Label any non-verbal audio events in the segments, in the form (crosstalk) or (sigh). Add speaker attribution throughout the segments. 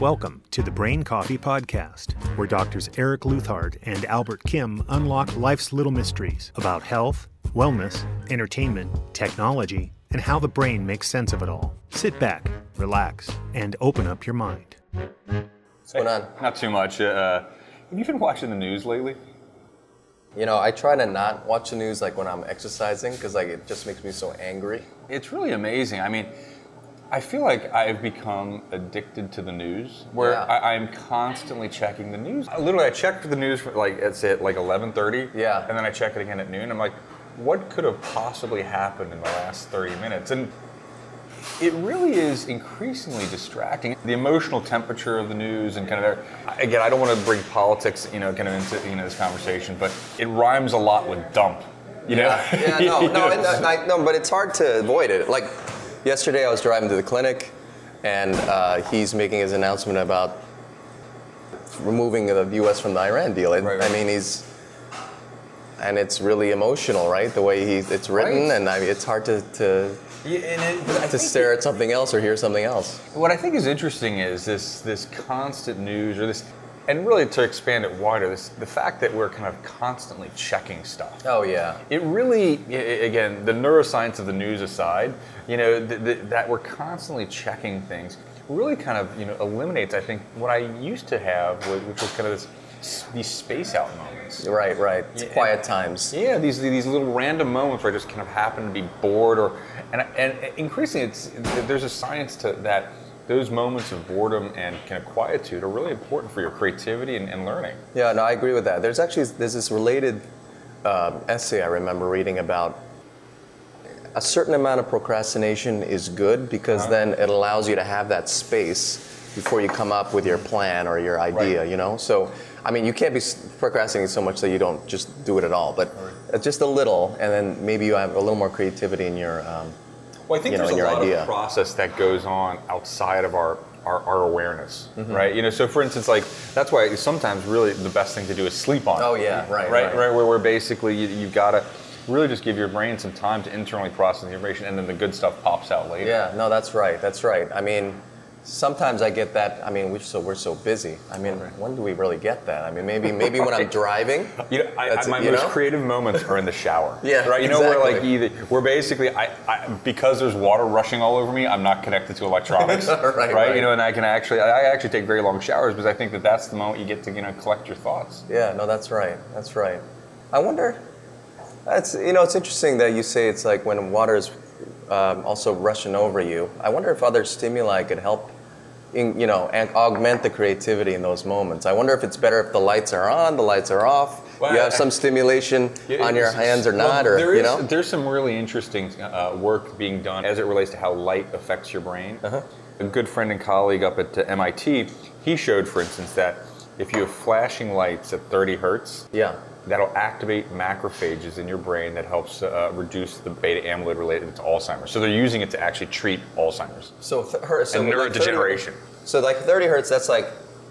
Speaker 1: Welcome to the Brain Coffee Podcast, where doctors Eric Luthard and Albert Kim unlock life's little mysteries about health, wellness, entertainment, technology, and how the brain makes sense of it all. Sit back, relax, and open up your mind.
Speaker 2: What's going on?
Speaker 3: Eh, Not too much. Uh, have you been watching the news lately?
Speaker 2: You know, I try to not watch the news like when I'm exercising because like it just makes me so angry.
Speaker 3: It's really amazing. I mean, I feel like I've become addicted to the news, where
Speaker 2: Yeah.
Speaker 3: I, I'm constantly checking the news. I literally, I check the news for like it's at like 11:30.
Speaker 2: Yeah.
Speaker 3: And then I check it again at noon. I'm like, what could have possibly happened in the last 30 minutes? And it really is increasingly distracting. The emotional temperature of the news and kind of again, I don't want to bring politics, you know, kind of into you know this conversation, but it rhymes a lot with dump. You know?
Speaker 2: Yeah, (laughs) no,
Speaker 3: (laughs) You
Speaker 2: no,
Speaker 3: know?
Speaker 2: and, uh, like, no, but it's hard to avoid it. Like yesterday, I was driving to the clinic, and uh, he's making his announcement about removing the U.S. from the Iran deal. And,
Speaker 3: Right, right.
Speaker 2: I mean, he's and it's really emotional, right? The way he it's written,
Speaker 3: Right.
Speaker 2: and I mean, it's hard to to,
Speaker 3: Yeah, and it- but I
Speaker 2: to
Speaker 3: think
Speaker 2: stare at something else or hear something else.
Speaker 3: What I think is interesting is this this constant news or this and really to expand it wider, this the fact that we're kind of constantly checking stuff.
Speaker 2: Oh yeah.
Speaker 3: It really, i- i- again, the neuroscience of the news aside, you know, th- th- that we're constantly checking things really kind of, you know, eliminates, I think, what I used to have, wh- which was kind of this, s- these space out moments.
Speaker 2: Right, right. It's
Speaker 3: Yeah,
Speaker 2: quiet times.
Speaker 3: Yeah, these these little random moments where I just kind of happen to be bored, or and and increasingly, it's there's a science to that. Those moments of boredom and kind of quietude are really important for your creativity and, and learning.
Speaker 2: Yeah, no, I agree with that. There's actually there's this related um essay I remember reading about a certain amount of procrastination is good because then it allows you to have that space before you come up with your plan or your idea.
Speaker 3: Right.
Speaker 2: You know, so I mean, you can't be s- procrastinating so much that you don't just do it at all, but uh just a little, and then maybe you have a little more creativity in your. Um,
Speaker 3: Well, I think
Speaker 2: you know,
Speaker 3: there's
Speaker 2: your
Speaker 3: a lot
Speaker 2: idea.
Speaker 3: of process that goes on outside of our our, our awareness, right? You know, so for instance, like that's why sometimes really the best thing to do is sleep on. it.
Speaker 2: Oh, yeah, right,
Speaker 3: right,
Speaker 2: right.
Speaker 3: right. where, where basically you, you've got to really just give your brain some time to internally process the information, and then the good stuff pops out later.
Speaker 2: Yeah, no, that's right. That's right. I mean, sometimes I get that. I mean, we're so we're so busy. I mean, when do we really get that? I mean, maybe maybe when I'm
Speaker 3: (laughs) Right.
Speaker 2: driving.
Speaker 3: You know, I,
Speaker 2: That's
Speaker 3: I,
Speaker 2: it,
Speaker 3: my
Speaker 2: you
Speaker 3: most
Speaker 2: know?
Speaker 3: creative moments are in the shower.
Speaker 2: (laughs) Yeah,
Speaker 3: right. You know, where like
Speaker 2: exactly.
Speaker 3: either we're basically, I, I because there's water rushing all over me, I'm not connected to electronics.
Speaker 2: (laughs) Right, right.
Speaker 3: You know, and I can actually, I I actually take very long showers because I think that that's the moment you get to, you know, collect your thoughts.
Speaker 2: Yeah, no, that's right. That's right. I wonder. That's you know, it's interesting that you say it's like when water's um, also rushing over you. I wonder if other stimuli could help. In, you know, and augment the creativity in those moments. I wonder if it's better if the lights are on, the lights are off.
Speaker 3: Well,
Speaker 2: you have
Speaker 3: I- (laughs)
Speaker 2: some stimulation
Speaker 3: Yeah,
Speaker 2: on your
Speaker 3: it's-
Speaker 2: hands or
Speaker 3: well,
Speaker 2: not, or
Speaker 3: there
Speaker 2: you
Speaker 3: is-
Speaker 2: know.
Speaker 3: there's some really interesting uh, work being done as it relates to how light affects your brain.
Speaker 2: Uh-huh.
Speaker 3: A good friend and colleague up at uh, MIT, he showed, for instance, that if you have flashing lights at 30 hertz,
Speaker 2: yeah.
Speaker 3: that'll activate macrophages in your brain that helps uh, reduce the beta amyloid related to Alzheimer's. So they're using it to actually treat Alzheimer's
Speaker 2: So, th- her, so
Speaker 3: and
Speaker 2: like 30
Speaker 3: neurodegeneration.
Speaker 2: so like 30 hertz, that's like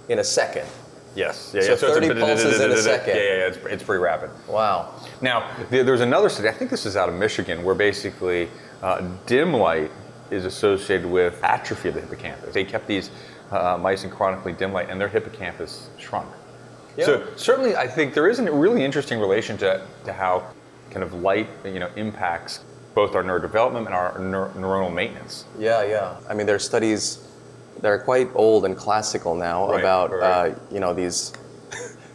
Speaker 2: in a second.
Speaker 3: Yes. Yeah,
Speaker 2: So
Speaker 3: yeah. it's
Speaker 2: 30
Speaker 3: a-
Speaker 2: pulses in a
Speaker 3: yeah,
Speaker 2: second.
Speaker 3: Yeah, yeah, it's, it's pretty rapid.
Speaker 2: Wow.
Speaker 3: Now, th- there's another study, I think this is out of Michigan, where basically uh, dim light is associated with atrophy of the hippocampus. They kept these uh, mice in chronically dim light, and their hippocampus shrunk. So certainly, I think there is a really interesting relation to, to how kind of light, you know, impacts both our neurodevelopment and our neur- neuronal maintenance.
Speaker 2: Yeah, yeah. I mean, there are studies that are quite old and classical now
Speaker 3: Right,
Speaker 2: about
Speaker 3: right.
Speaker 2: Uh, you know these.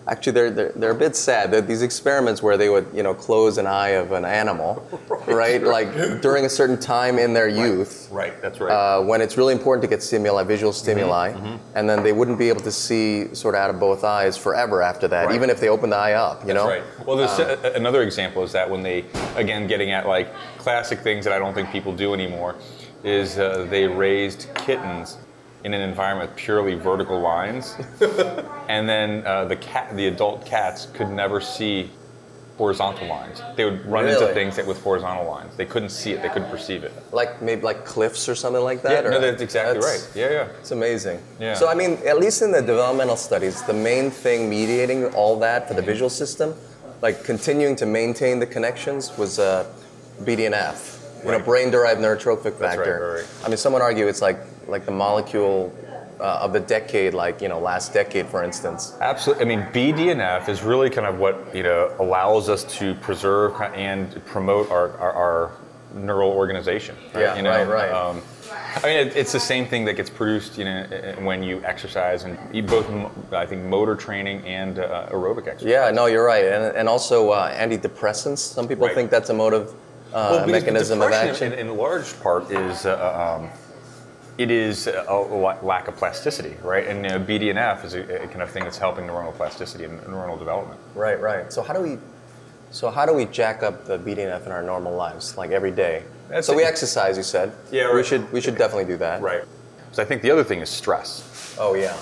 Speaker 2: Actually, they're, they're, they're a bit sad. They're these experiments where they would you know close an eye of an
Speaker 3: (laughs)
Speaker 2: animal, right? Like during a certain time in their youth,
Speaker 3: Right. That's right.
Speaker 2: uh, when it's really important to get stimuli, visual
Speaker 3: Mm-hmm,
Speaker 2: stimuli, and then they wouldn't be able to see sort of out of both eyes forever after that,
Speaker 3: Right.
Speaker 2: even if they opened the eye up. You know, Um,
Speaker 3: That's right. Well, there's a- another example is that when they, again, getting at like classic things that I don't think people do anymore, is uh, they raised kittens in an environment with purely vertical lines,
Speaker 2: (laughs)
Speaker 3: and then uh, the cat, the adult cats, could never see horizontal lines. They would run into
Speaker 2: Really?
Speaker 3: things that with horizontal lines. They couldn't see it. They couldn't perceive it.
Speaker 2: like maybe like cliffs or something like that.
Speaker 3: yeah,
Speaker 2: or,
Speaker 3: no, that's exactly
Speaker 2: That's-
Speaker 3: right. Yeah, yeah.
Speaker 2: It's amazing.
Speaker 3: Yeah.
Speaker 2: So I mean, at least in the developmental studies, the main thing mediating all that for the
Speaker 3: Mm-hmm.
Speaker 2: visual system, like continuing to maintain the connections, was uh, BDNF, you know,
Speaker 3: Right.
Speaker 2: brain-derived neurotrophic
Speaker 3: That's right,
Speaker 2: factor.
Speaker 3: right, right.
Speaker 2: I mean, some would argue it's like like the molecule uh, of the decade, like you know, last decade, for instance.
Speaker 3: Absolutely. I mean, BDNF is really kind of what you know allows us to preserve and promote our our, our neural organization.
Speaker 2: Yeah,
Speaker 3: You know?
Speaker 2: right, right.
Speaker 3: Um, I mean, it, it's the same thing that gets produced, you know, when you exercise and you both, m- I think, motor training and uh, aerobic exercise.
Speaker 2: Yeah, no, you're right, and and also uh, antidepressants. Some people
Speaker 3: Right.
Speaker 2: think that's a motive uh,
Speaker 3: Well, because
Speaker 2: mechanism of
Speaker 3: depression
Speaker 2: action.
Speaker 3: In, in large part is uh, um, it is uh, a, a la- lack of plasticity, right? And you know, BDNF is a, a kind of thing that's helping neuronal plasticity and neuronal development.
Speaker 2: Right, right. So how do we, so how do we jack up the BDNF in our normal lives, like every day?
Speaker 3: That's
Speaker 2: so we
Speaker 3: it.
Speaker 2: exercise, you said.
Speaker 3: Yeah,
Speaker 2: We
Speaker 3: right.
Speaker 2: should we should definitely do that.
Speaker 3: So I think the other thing is stress.
Speaker 2: Oh yeah.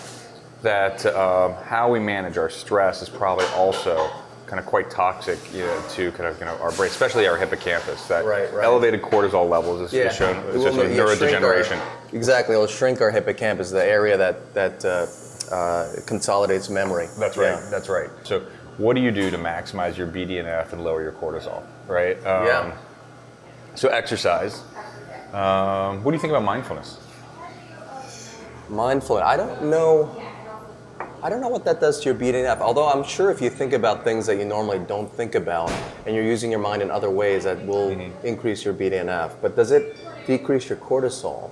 Speaker 3: that um, how we manage our stress is probably also kind of quite toxic you know, to kind of you know our brain, especially our hippocampus. That
Speaker 2: Right, right.
Speaker 3: elevated cortisol levels is, is shown
Speaker 2: It
Speaker 3: is
Speaker 2: will
Speaker 3: associated
Speaker 2: make-
Speaker 3: with
Speaker 2: yeah, shrink our-
Speaker 3: neurodegeneration.
Speaker 2: exactly. It'll shrink our hippocampus, the area that that uh, uh, consolidates memory.
Speaker 3: That's right.
Speaker 2: Yeah.
Speaker 3: That's right. So what do you do to maximize your BDNF and lower your cortisol? Right. Um,
Speaker 2: Yeah.
Speaker 3: So exercise. Um, what do you think about mindfulness?
Speaker 2: Mindful. I don't know. I don't know what that does to your BDNF. Although I'm sure if you think about things that you normally don't think about, and you're using your mind in other ways, that will increase your BDNF. But does it decrease your cortisol?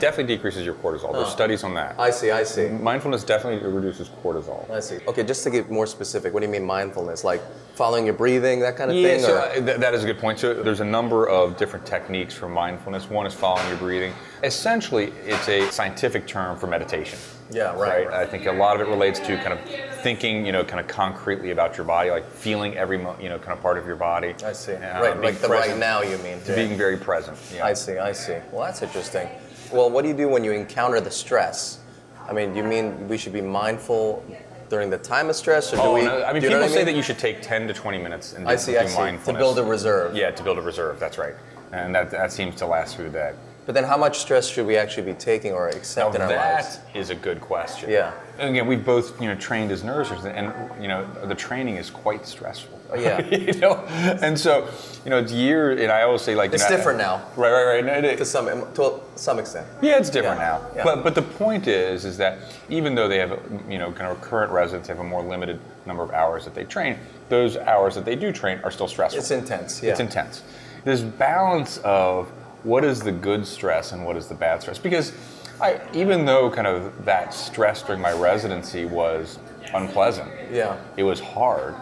Speaker 3: Definitely decreases your cortisol. There's studies on that.
Speaker 2: I see. I see.
Speaker 3: mindfulness definitely reduces cortisol.
Speaker 2: I see. Mm-hmm. Okay, just to get more specific, what do you mean mindfulness? Like following your breathing, that kind of
Speaker 3: Yeah,
Speaker 2: thing?
Speaker 3: so
Speaker 2: or-
Speaker 3: uh, th- that is a good point. So there's a number of different techniques for mindfulness. One is following your breathing. Essentially, it's a scientific term for meditation.
Speaker 2: Yeah, right, right.
Speaker 3: I think a lot of it relates to kind of thinking, you know, kind of concretely about your body, like feeling every, mo- you know, kind of part of your body.
Speaker 2: I see.
Speaker 3: Uh,
Speaker 2: right,
Speaker 3: being
Speaker 2: like the
Speaker 3: present-
Speaker 2: right now, you mean?
Speaker 3: to Being very present. Yeah.
Speaker 2: I see, I see. Well, that's interesting. Well, what do you do when you encounter the stress? I mean, do you mean we should be mindful during the time of stress, or do
Speaker 3: Oh,
Speaker 2: we?
Speaker 3: no, I mean,
Speaker 2: do you
Speaker 3: people
Speaker 2: know what
Speaker 3: say
Speaker 2: mean?
Speaker 3: that you should take 10 to 20 minutes and do,
Speaker 2: I see,
Speaker 3: do
Speaker 2: I see. To
Speaker 3: mindfulness.
Speaker 2: build a reserve.
Speaker 3: yeah, to build a reserve. That's right. And that, that seems to last through the day.
Speaker 2: But then, how much stress should we actually be taking or
Speaker 3: Now
Speaker 2: accept in our lives?
Speaker 3: that is a good question.
Speaker 2: Yeah.
Speaker 3: And again, we've both you know trained as nurses, and you know the training is quite stressful. (laughs)
Speaker 2: Oh, yeah.
Speaker 3: you know, and so you know it's year, and I always say like
Speaker 2: It's
Speaker 3: you know,
Speaker 2: different now.
Speaker 3: Right, right, right. No, it is.
Speaker 2: To some, to some extent.
Speaker 3: Yeah, it's different
Speaker 2: Yeah,
Speaker 3: now.
Speaker 2: yeah.
Speaker 3: But but the point is is that even though they have you know kind of current residents have a more limited number of hours that they train, those hours that they do train are still stressful.
Speaker 2: It's intense. Yeah.
Speaker 3: It's intense. This balance of what is the good stress and what is the bad stress because I even though kind of that stress during my residency was unpleasant.
Speaker 2: Yeah.
Speaker 3: It was hard.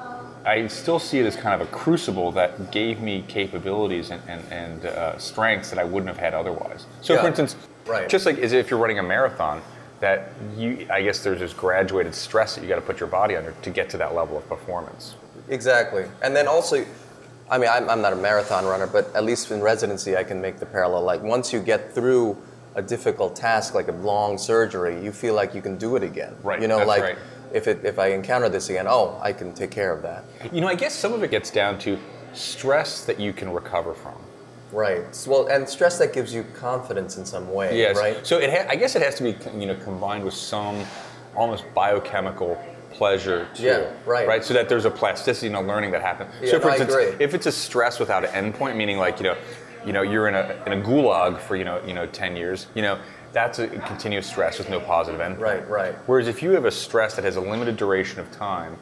Speaker 3: I still see it as kind of a crucible that gave me capabilities and, and, and uh, strengths that I wouldn't have had otherwise. So,
Speaker 2: Yeah.
Speaker 3: for instance,
Speaker 2: Right.
Speaker 3: just like as if you're running a marathon, that you, I guess there's this graduated stress that you got to put your body under to get to that level of performance.
Speaker 2: Exactly. And then also, I mean, I'm, I'm not a marathon runner, but at least in residency, I can make the parallel. Like, once you get through a difficult task, like a long surgery, you feel like you can do it again.
Speaker 3: Right,
Speaker 2: You know,
Speaker 3: that's
Speaker 2: like,
Speaker 3: right.
Speaker 2: if, it, if I encounter this again, oh, I can take care of that.
Speaker 3: You know, I guess some of it gets down to stress that you can recover from.
Speaker 2: Right. S- Well, and stress that gives you confidence in some way,
Speaker 3: Yes.
Speaker 2: right?
Speaker 3: So it ha- I guess it has to be you know combined with some almost biochemical pleasure too.
Speaker 2: Yeah, right.
Speaker 3: Right. So that there's a plasticity and a learning that happens.
Speaker 2: Yeah,
Speaker 3: so for
Speaker 2: no, I
Speaker 3: instance,
Speaker 2: agree.
Speaker 3: if it's a stress without an endpoint, meaning like you know, you know, you're in a in a gulag for you know you know ten years, you know. That's a continuous stress with no positive end.
Speaker 2: Right, right.
Speaker 3: Whereas if you have a stress that has a limited duration of time,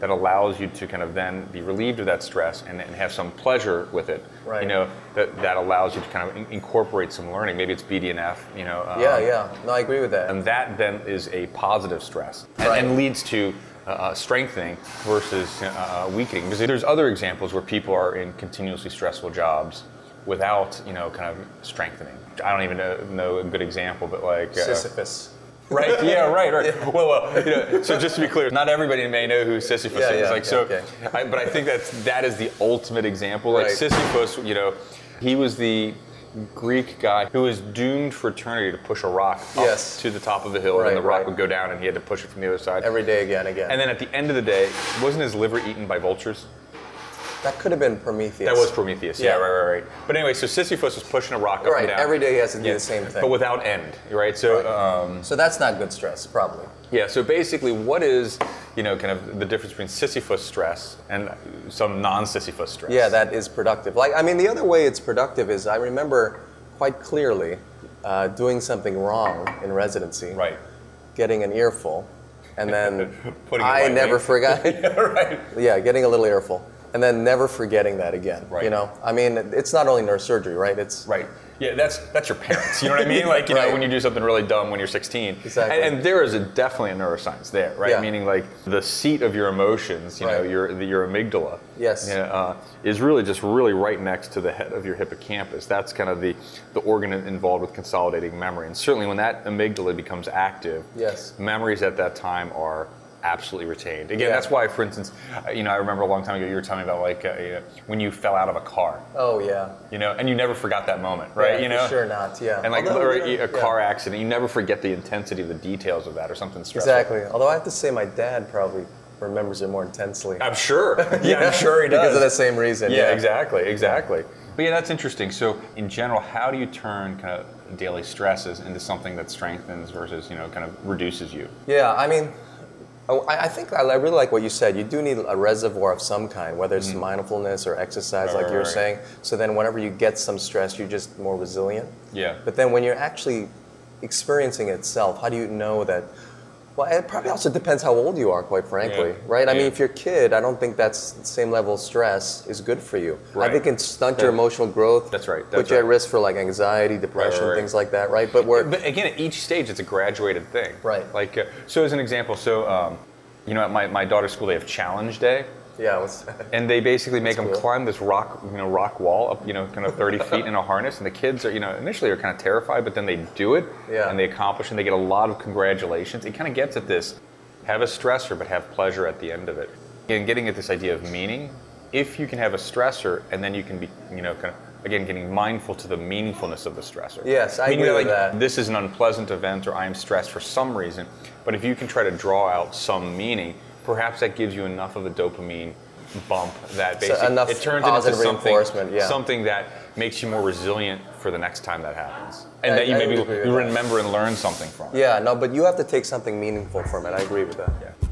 Speaker 3: that allows you to kind of then be relieved of that stress and, and have some pleasure with it.
Speaker 2: Right.
Speaker 3: You know that, that allows you to kind of in- incorporate some learning. Maybe it's BDNF. You know. um,
Speaker 2: Yeah, yeah. No, I agree with that.
Speaker 3: And that then is a positive stress and,
Speaker 2: Right.
Speaker 3: and leads to. Uh, uh, strengthening versus uh, uh, weakening because there's other examples where people are in continuously stressful jobs without you know kind of strengthening i don't even know, know a good example but like uh,
Speaker 2: Sisyphus. (laughs)
Speaker 3: Right. Yeah. Right. Right. Well, well. You know, (laughs) so just to be clear, not everybody may know who Sisyphus
Speaker 2: Yeah,
Speaker 3: is.
Speaker 2: yeah,
Speaker 3: like
Speaker 2: yeah,
Speaker 3: so,
Speaker 2: okay.
Speaker 3: I, but I think that's that is the ultimate example. Like
Speaker 2: Right.
Speaker 3: Sisyphus, you know, he was the Greek guy who was doomed for eternity to push a rock up
Speaker 2: Yes.
Speaker 3: to the top of the hill,
Speaker 2: Right,
Speaker 3: and the rock
Speaker 2: right.
Speaker 3: would go down, and he had to push it from the other side.
Speaker 2: Every day again, again.
Speaker 3: and then at the end of the day, wasn't his liver eaten by vultures?
Speaker 2: that could have been Prometheus.
Speaker 3: That was Prometheus. Yeah.
Speaker 2: Yeah.
Speaker 3: Right. Right. Right. But anyway, so Sisyphus was pushing a rock up
Speaker 2: Right.
Speaker 3: and down.
Speaker 2: Every day he has to do
Speaker 3: Yeah,
Speaker 2: the same thing.
Speaker 3: but without end. Right. So.
Speaker 2: Right.
Speaker 3: Um,
Speaker 2: so that's not good stress, probably.
Speaker 3: Yeah, so basically, what is, you know, kind of the difference between Sisyphus stress and some non Sisyphus stress?
Speaker 2: Yeah, that is productive. Like, I mean, the other way it's productive is I remember quite clearly uh, doing something wrong in residency,
Speaker 3: Right.
Speaker 2: getting an earful, and then
Speaker 3: (laughs) Putting it
Speaker 2: I
Speaker 3: lightly.
Speaker 2: never forgot.
Speaker 3: yeah, (laughs) right.
Speaker 2: (laughs) yeah, getting a little earful, and then never forgetting that again.
Speaker 3: Right.
Speaker 2: You know, I mean, it's not only neurosurgery, right? It's
Speaker 3: Right. Yeah, that's that's your parents. You know what
Speaker 2: (laughs)
Speaker 3: I mean? Like you
Speaker 2: Right.
Speaker 3: know when you do something really dumb when you're 16.
Speaker 2: Exactly.
Speaker 3: And, and there is a, definitely a neuroscience there, right?
Speaker 2: Yeah.
Speaker 3: Meaning like the seat of your emotions, you know,
Speaker 2: Right.
Speaker 3: your the, your amygdala.
Speaker 2: Yes.
Speaker 3: You know, uh, is really just really right next to the head of your hippocampus. That's kind of the the organ involved with consolidating memory. And certainly when that amygdala becomes active,
Speaker 2: Yes.
Speaker 3: memories at that time are absolutely retained. Again,
Speaker 2: Yeah.
Speaker 3: that's why, for instance, uh, you know, I remember a long time ago you were telling me about like uh, you know, when you fell out of a car
Speaker 2: oh yeah,
Speaker 3: you know, and you never forgot that moment, right?
Speaker 2: Yeah,
Speaker 3: you
Speaker 2: for
Speaker 3: know,
Speaker 2: sure not, yeah.
Speaker 3: And like
Speaker 2: Although,
Speaker 3: or e,
Speaker 2: you know,
Speaker 3: a car
Speaker 2: yeah.
Speaker 3: accident, you never forget the intensity of the details of that or something stressful.
Speaker 2: exactly. Although I have to say, my dad probably remembers it more intensely.
Speaker 3: I'm
Speaker 2: (laughs)
Speaker 3: sure. Yeah, I'm sure he does.
Speaker 2: because of the same reason.
Speaker 3: yeah, exactly, exactly. But yeah, that's interesting. So, in general, how do you turn kind of daily stresses into something that strengthens versus you know kind of reduces you?
Speaker 2: Yeah, I mean, I, I think I I really like what you said. You do need a reservoir of some kind, whether it's mindfulness or exercise, like you were
Speaker 3: Mm-hmm. Right.
Speaker 2: saying. So then, whenever you get some stress, you're just more resilient.
Speaker 3: Yeah.
Speaker 2: But then, when you're actually experiencing itself, how do you know that? Well, it probably also depends how old you are, quite frankly,
Speaker 3: Yeah.
Speaker 2: right? I mean,
Speaker 3: Yeah.
Speaker 2: if you're a kid, I don't think that's the same level of stress is good for you. I
Speaker 3: Right.
Speaker 2: think it can stunt your
Speaker 3: Yeah.
Speaker 2: emotional growth.
Speaker 3: That's right,
Speaker 2: put
Speaker 3: that's
Speaker 2: you at
Speaker 3: right.
Speaker 2: risk for like anxiety, depression,
Speaker 3: right.
Speaker 2: things like that, right? But we're
Speaker 3: But again, at each stage, it's a graduated thing.
Speaker 2: Right.
Speaker 3: Like, uh, so as an example, so um, you know, at my, my daughter's school, they have Challenge Day.
Speaker 2: yeah, what's,
Speaker 3: and they basically make them
Speaker 2: cool.
Speaker 3: climb this rock, you know, rock wall up, you know, kind of
Speaker 2: (laughs)
Speaker 3: 30 feet in a harness. And the kids are, you know, initially are kind of terrified, but then they do it
Speaker 2: Yeah.
Speaker 3: and they accomplish and they get a lot of congratulations. It kind of gets at this have a stressor, but have pleasure at the end of it. And getting at this idea of meaning, if you can have a stressor and then you can be, you know, kind of, again, getting mindful to the meaningfulness of the stressor.
Speaker 2: Yes, I
Speaker 3: Meaning
Speaker 2: agree
Speaker 3: like,
Speaker 2: with that.
Speaker 3: This is an unpleasant event or I'm stressed for some reason, but if you can try to draw out some meaning, perhaps that gives you enough of a dopamine bump that
Speaker 2: So
Speaker 3: basically
Speaker 2: enough
Speaker 3: it turns it into
Speaker 2: positive
Speaker 3: something,
Speaker 2: reinforcement, yeah.
Speaker 3: something that makes you more resilient for the next time that happens.
Speaker 2: I-
Speaker 3: And that you
Speaker 2: I
Speaker 3: maybe
Speaker 2: would agree with
Speaker 3: you
Speaker 2: that.
Speaker 3: remember and learn something from it.
Speaker 2: Yeah, no, but you have to take something meaningful from it. I agree with that.
Speaker 3: Yeah.